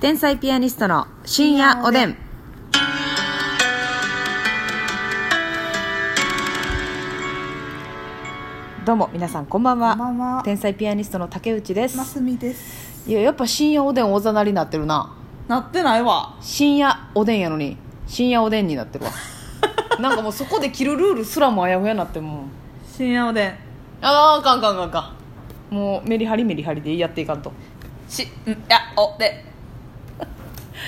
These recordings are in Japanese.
天才ピアニストの深夜おでん。どうも皆さんこんばんは。こんばんは天才ピアニストの竹内です。ますみですいややっぱ深夜おでんおざなりになってるな。なってないわ深夜おでんやのに深夜おでんにな ってるわ。なんかもうそこで着るルールすらもあやふやになってもう。深夜おでんああかんかんかんかん。もうメリハリメリハリでやっていかんと。しんやおで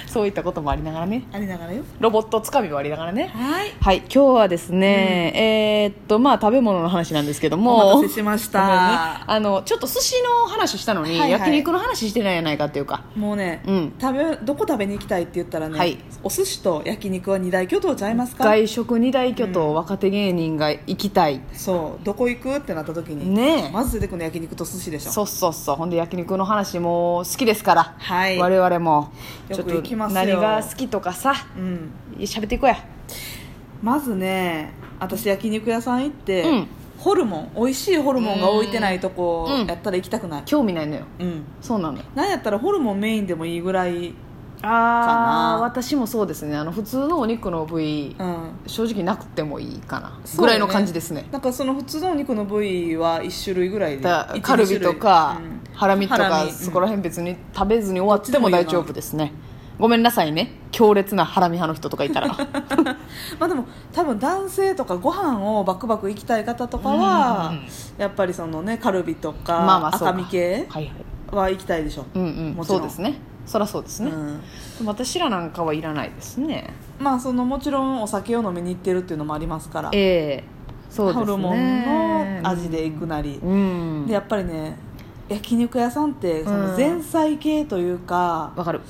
そういったこともありながらね。ありながらよロボットつかみもありながらね。はいはい、今日はですね、えーっと、まあ、食べ物の話なんですけども。お待たせしましごめんねた、 あの、ちょっと寿司の話したのに、はいはい焼肉の話してないやないかっていうか。もうね、うん食べどこ食べに行きたいって言ったらね、はいお寿司と焼肉は二大巨頭ちゃいますか外食二大巨頭、若手芸人が行きたい。そうどこ行くってなった時にねえまず出てくるの焼肉と寿司でしょそうそうそう。ほんで焼肉の話も好きですから。はい我々も。よちょくっ行ときますよ何が好きとかさ、うん喋っていこうや。まずね私焼肉屋さん行って、うんホルモン美味しいホルモンが置いてないとこうんやったら行きたくない興味ないのよ。うん、そうなのよ。なんやったらホルモンメインでもいいぐらい、うん、あー私もそうですね。あの、普通のお肉の部位、正直なくてもいいかな、そうぐよらねいの感じですねなんかその普通のお肉の部位は1種類ぐらいでだ一カルビとか、二種類うんハラミとハラかミうんそこら辺別に食べずに終わってもどっ大ちでもいい丈よな夫ですねごめんなさいね強烈なハラミ派の人とかい たらまあでも多分男性とかご飯をバクバク行きたい方とかは、うんうんうんやっぱりそのねカルビとか、まあまあそうか赤身系はいはいは行きたいでしょ、うんうんもちそろんうですねそらそうですね、うんでも私らなんかはいらないですねまあそのもちろんお酒を飲みに行ってるっていうのもありますから、ええそうですホねルモンの味で行くなり、うんでやっぱりね焼肉屋さんってそうんの前菜系というか、わかる、ね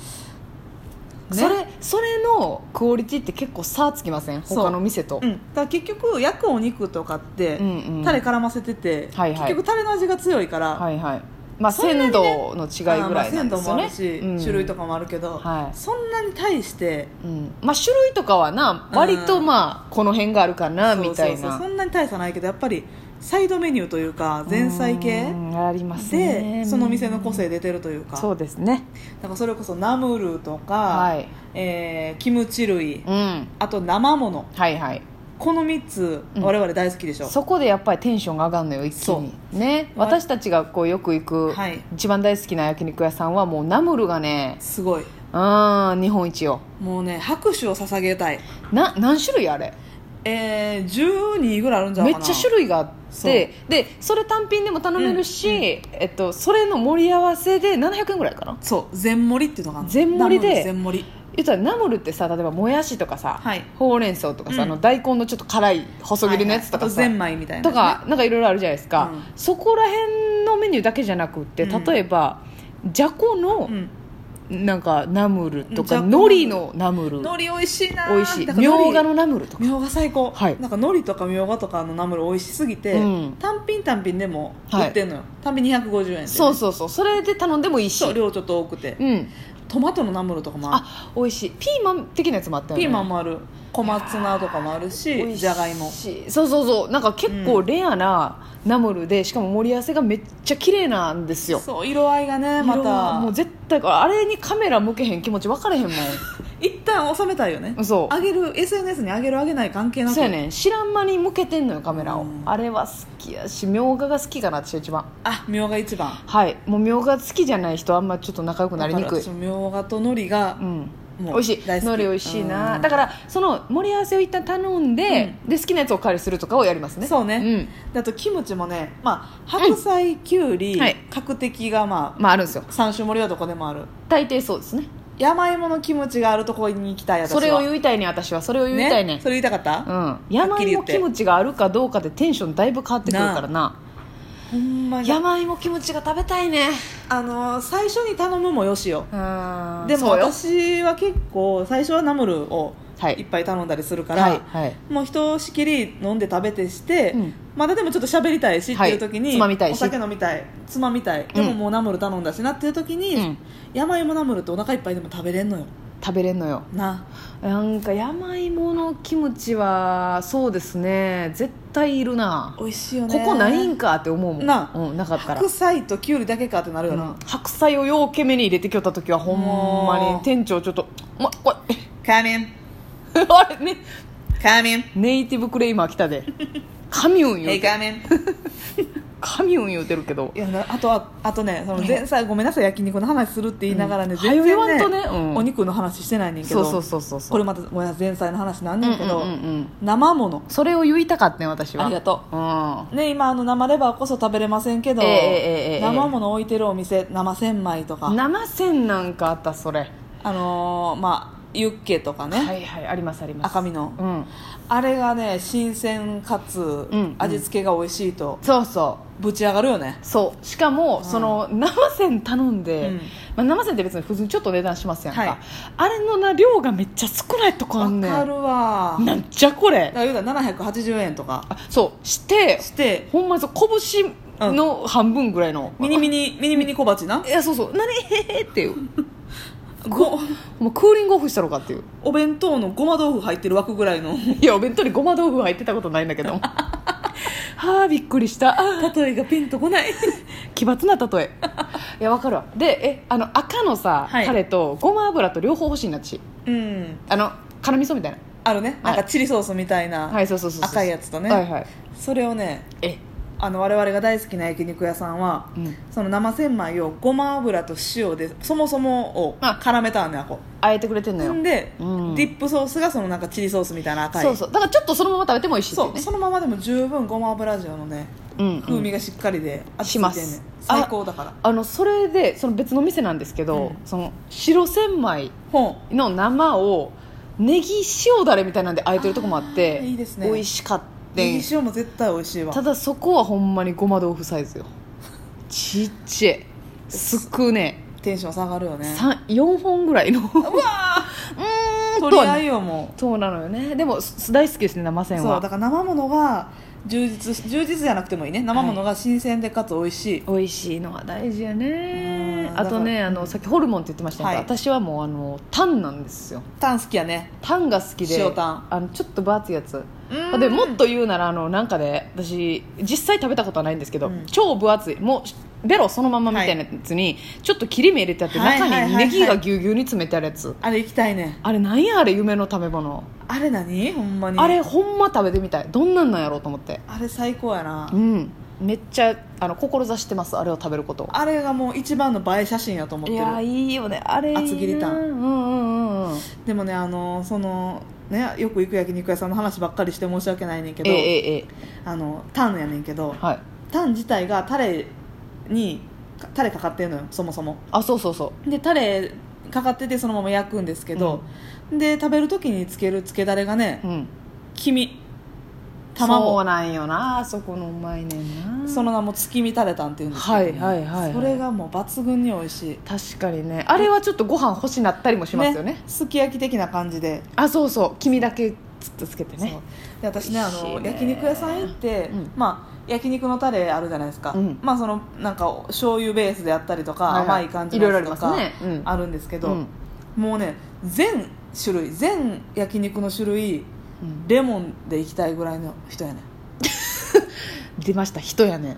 それそれのクオリティって結構差つきませんそう他の店と、うん、だから結局焼くお肉とかって、うんうんタレ絡ませてて、はいはい結局タレの味が強いから、はいはいまあそんなにね鮮度の違いぐらいなんですよあーねまあ鮮度もあるし、うん種類とかもあるけど、はいそんなに対してうんまあ種類とかはな割とまあこの辺があるかなみたいそうそうそなうそんなに大差ないけどやっぱりサイドメニューというか前菜系うんありますねでその店の個性出てるというかそうですねなんかそれこそナムルとか、はいえーキムチ類うんあと生ものはいはいこの3つうん我々大好きでしょ、そこでやっぱりテンションが上がるのよ一気にねわ私たちがこうよく行くはい一番大好きな焼肉屋さんはもうナムルがねすごいうん日本一よもうね拍手を捧げたいな何種類あれえー、12ぐらいあるんじゃなめいっかなちゃ種類があっそうてでそれ単品でも頼めるし、えっと、それの盛り合わせで700円ぐらいかなそう全盛りっていうのがあるの全盛りでナムル全盛り言ったらナムルってさ例えばもやしとかさ、はいほうれん草とかさ、うんあの大根のちょっと辛い細切りのやつとかさ、はいはいあとゼンマイみたいなとやつねかなんかいろいろあるじゃないですか、うんそこら辺のメニューだけじゃなくってうん例えば、じゃこのうんなんかナムルとかうんじゃこ海苔のナムル海苔美味しいな美味しいだから海苔みょうがのナムルとかみょうが最高、はいなんか海苔とかみょうがとかのナムル美味しすぎて、うん単品単品でもはい売ってんのよ、単品250円でね、そうそうそうそれで頼んでもいいしそう量ちょっと多くて、うんトマトのナムルとかもあるあ美味しいピーマン的なやつもあったよねピーマンもある小松菜とかもあるしじゃがいもそうそうそうなんか結構レアなナムルで、しかも盛り合わせがめっちゃ綺麗なんですよそう色合いがねま色はたもう絶対あれにカメラ向けへん気持ち分かれへんもん一旦収めたいよねそうあげる SNS にあげるあげない関係なくそうやねん知らん間に向けてんのよカメラを、うんあれは好きやしみょうがが好きかな私は一番あみょうが一番はいもうみょうが好きじゃない人はあんまちょっと仲良くなりにくいだから私みょうがと海苔がうん美もう味しい海大好き苔美味しいな、うんだからその盛り合わせを一旦頼んで、で好きなやつをお借りするとかをやりますねそうねうんであとキムチもね、まあ、白菜、きゅうり、はい角的がまあまああるんですよ三種盛りはどこでもある大抵そうですね山芋のキムチがあるところに行きたい私そはれを言いたいね私はそれを言いたいねそれ言いたかった、うん、はっ山きり言芋ってキムチがあるかどうかでテンションだいぶ変わってくるからなほんまに山芋キムチが食べたいねあのー最初に頼むもよしようんでもそうよ私は結構最初はナムルをはいいっぱい頼んだりするから、はいはいもうひとしきり飲んで食べてして、うんまだでもちょっと喋りたいしってはいいう時に、つまみたいしお酒飲みたいつまみたいでももうナムル頼んだしなっていう時に、うん山芋ナムルってお腹いっぱいでも食べれんのよ食べれんのよななんか山芋のキムチはそうですね絶対いるな美味しいよねここないんかって思うもんなうん、なかったら白菜ときゅうりだけかってなるよな、うん白菜をようけ目に入れてきよった時はほんまもにう店長ちょっと「ま、これカミン あれねカミンネイティブクレイマー来たでカミュン言ヘうイてカミ ンカミュン言うてるけどいやなあとはあとねその前菜ごめんなさい焼肉の話するって言いながらね、うん全然早言わんとねうんお肉の話してないねんけそどうそうそうそうそうこれまたごめんなさい前菜の話なんねんけど、うんうんうんうん生ものそれを言いたかったね私はありがとうんうね今あの生レバーこそ食べれませんけど、ええええええ生もの置いてるお店生千枚とか生鮮なんかあったそれあのーまあユッケとかね、はいはいありますあります赤身のうんあれがね新鮮かつん味付けが美味しいとそうそうぶち上がるよね、そうしかも、その生鮮頼んで、うんまあ、生鮮って別に普通にちょっと値段しますやんか、はいあれのな量がめっちゃ少ないとこあわんねかんるわなんじゃこだれから言うたら780円とかあそうしてしてほんまにそう拳の半分ぐらいの、ミニミニミニミニ小鉢ないやそうそう何 へへっていうごもうクーリングオフしたのかっていうお弁当のごま豆腐入ってる枠ぐらいのいやお弁当にごま豆腐入ってたことないんだけど はあびっくりした例えがピンとこない奇抜な例えいやわかるわでえあの赤のさ、はいタレとごま油と両方欲しいなっちうんあの辛味噌みたいあるねなんかチリソースみたいな、なはいそうそうそうそう赤いやつとねはいはいそれをねえあの我々が大好きな焼肉屋さんは、うんその生千枚をごま油と塩でそもそもをあ絡めたんねあこあえてくれてんのよ、んで、うんディップソースがそのなんかチリソースみたいな赤いそうそうだからちょっとそのまま食べても美味しいっていそううねそのままでも十分ごま油塩のねうんうん風味がしっかりで味し付まいすてんねん最高だからあのそれでその別の店なんですけど、うんその白千枚ほの生をネギ塩だれみたいなんであえてるとこもあってあーいいですね美味しかったネんギ塩も絶対美味しいわただそこはほんまにごま豆腐サイズよちっちゃいすくねテンション下がるよね三4本ぐらいのうーん取とりは合ねいよもそうなのよねでもす大好きですね生う鮮そうだはから生ものが充実し充実じゃなくてもいいね生ものが新鮮でかつ美味しい、美味しいのは大事やねうんあとねだからあのさっきホルモンって言ってましたけど、はい私はもうあのタンなんですよタン好きやねタンが好きで塩タンあのちょっと分厚いやつうんでもっと言うならあのなんかで私実際食べたことはないんですけど、うん超分厚いもうベロそのままみたいなやつに、ちょっと切り目入れてあって、はいはいはい中はいにネギがぎゅうぎゅうに詰めてあるやつあれ行きたいねあれなんやあれ夢の食べ物、あれ何ほんまにあれほんま食べてみたいどんなんなんやろうと思ってあれ最高やなうんめっちゃあの志してますあれを食べることをあれがもう一番の映え写真やと思っているやいいよねあれいいな厚切りタンうんうんうんうんでもねあのそのねよく行く焼肉屋さんの話ばっかりして申し訳ないねんけえど、ええええあのタンやねんけどえはいタン自体がタレにタレかかってんのよそもそもあそうそうそうでタレかかっててそのまま焼くんですけど、で食べる時につけるつけだれがねうん黄身そう卵なんよなあそこのうまいねんなその名も月見タレタンっていうんですけど、ねはいはいはいはいそれがもう抜群に美味しい確かにねあれはちょっとご飯欲しなったりもしますよねすき焼き的な感じで,あそうそう黄身だけつっとつけてそう、ねで私ねあ美味しのいね焼肉屋さん行って、うんまあ焼肉のタレあるじゃないですか、うんまあそのなんかお醤油ベースであったりとか、はいはい甘い感じのやつとかいろいろありますねうんあるんですけど、うんもうね全種類全焼肉の種類うんレモンでいきたいぐらいの人やねん出ました人やねん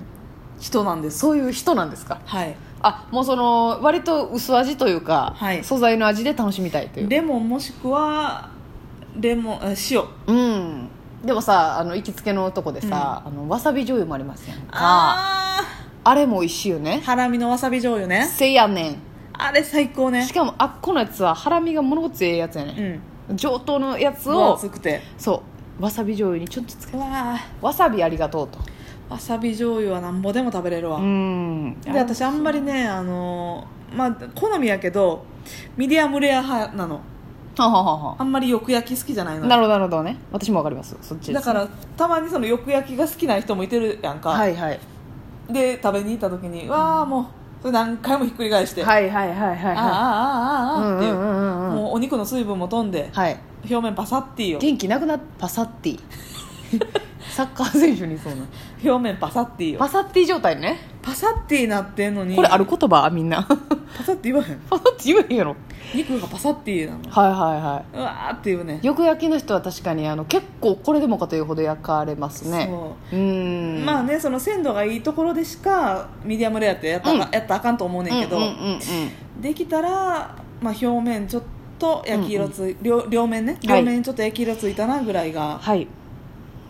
人なんですそういう人なんですかはいあもうその割と薄味というか、はい素材の味で楽しみたいというレモンもしくはレモンえ塩うんでもさあの行きつけのとこでさ、あのわさび醤油もありますやんかああれも美味しいよねハラミのわさび醤油ねせやねあれ最高んねしかもあっこのやつはハラミが物ごつええやつやうね、んん、上等のやつ分を厚くてそうわさび醤油にちょっとつけうわーわさびありがとうとわさび醤油はなんぼでも食べれるわ、んで私あんまりねあのーまあ好みやけどミディアムレア派なのははははあんまりよく焼き好きじゃないのなるほどなるほどね私もわかりますそっちですだからたまにそのよく焼きが好きな人もいてるやんか、はいはいで食べに行った時にわあもうそれ何回もひっくり返して、はいはいはいはいはああああああああっていう,、うんうんうんうんもうお肉の水分も飛んでいはい表面パサッティよ元気なくなっパサッティ サッカー選手にそうな表面パサッティよパサッティ状態ねパサッティなってんの にこれある言葉みんなパサって言わへんパサって言えへんやろ肉がパサってなのはいはいはうわーって言うねいよく焼きの人は確かにあの結構これでもかというほど焼かれますねそううーんまあねその鮮度がいいところでしかミディアムレアってやった,、うんやったらあかんと思うねんけど、うんうんうんうんできたら、まあ、表面ちょっと焼き色つい、両両面ねはい両面ちょっと焼き色ついたなぐらいがはい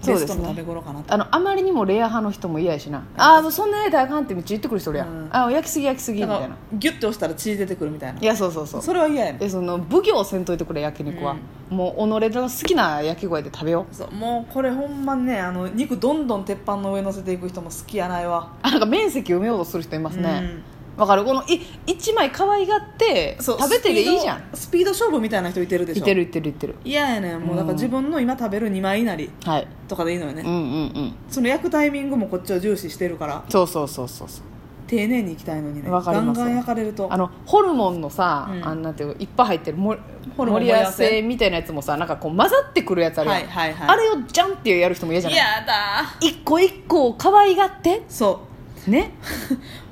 そうベでストすの食べね頃かなと、あのあまりにもレア派の人も嫌やしなああもうそんなやりたらあかんってめっちゃ言ってくる人おるやん、うんあ焼きすぎ焼きすぎみだたかいならギュッて押したら血出てくるみたいないやそうそうそうそれは嫌やねんえその奉行せんといてくれ焼肉は、もう己の好きな焼き具合で食べよう そうもうこれほんまねあの肉どんどん鉄板の上乗せていく人も好きやないわあなんか面積埋めようとする人いますねうんわ、かるこのい一枚可愛がってそう食べてでいいじゃんスピードスピード勝負みたいな人いてるでしょいてるいてるいてる嫌やねんもうだから自分の今食べる2枚なりはいとかでいいのよね、うんうんうんその焼くタイミングもこっちを重視してるからそうそうそうそうそう丁寧にいきたいのにねわかりガンますガン焼かれるとあのホルモンのさ、うんあんなんていうかいっぱい入ってるもホルモン盛り合わせみたいなやつもさなんかこう混ざってくるやつあるやん、はいはいはいあれをジャンってやる人も嫌じゃないやだ一個一個を可愛がってそね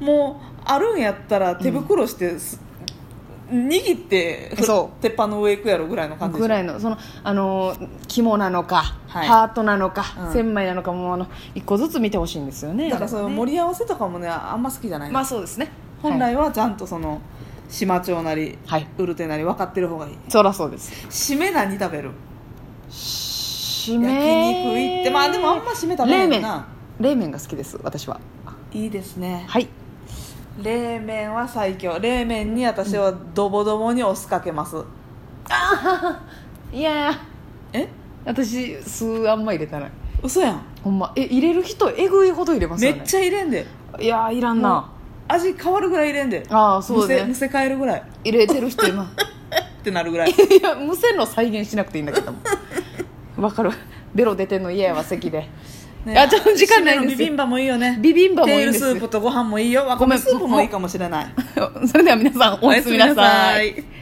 う もうあるんやったら手袋してす、握ってふそう鉄板の上行くやろぐらいの感じでしょぐらいのそのあの肝なのか、はいハートなのか、うん千枚なのかもうあの一個ずつ見てほしいんですよねだからそのね盛り合わせとかもねあんま好きじゃないの、まあそうですね本はい、来はちゃんとその島町なり、はいウルテなり分かってる方がいいそらそうです締め何食べる締焼め肉行ってまあでもあんま締め食べ冷ない麺な冷麺が好きです私はいいですねはい冷麺は最強冷麺に私はドボドボにお酢かけます、いやーえ私酢あんま入れたない嘘やんほんまえ入れる人えぐいほど入れますめよねっちゃ入れんでいやーいらんな味変わるぐらい入れんでああそうねむせむせ変えるぐらい入れてる人今ってなるぐらいいや無線の再現しなくていいんだけど もわかるベロ出てんの嫌やわ席でいやちょっと時間ないんですよ締めのビビンバもいいよねビビンバもいいんですテールスープとご飯もいいよわごかめめん スープもいいかもしれないそれでは皆さんおやすみなさいおやすみなさい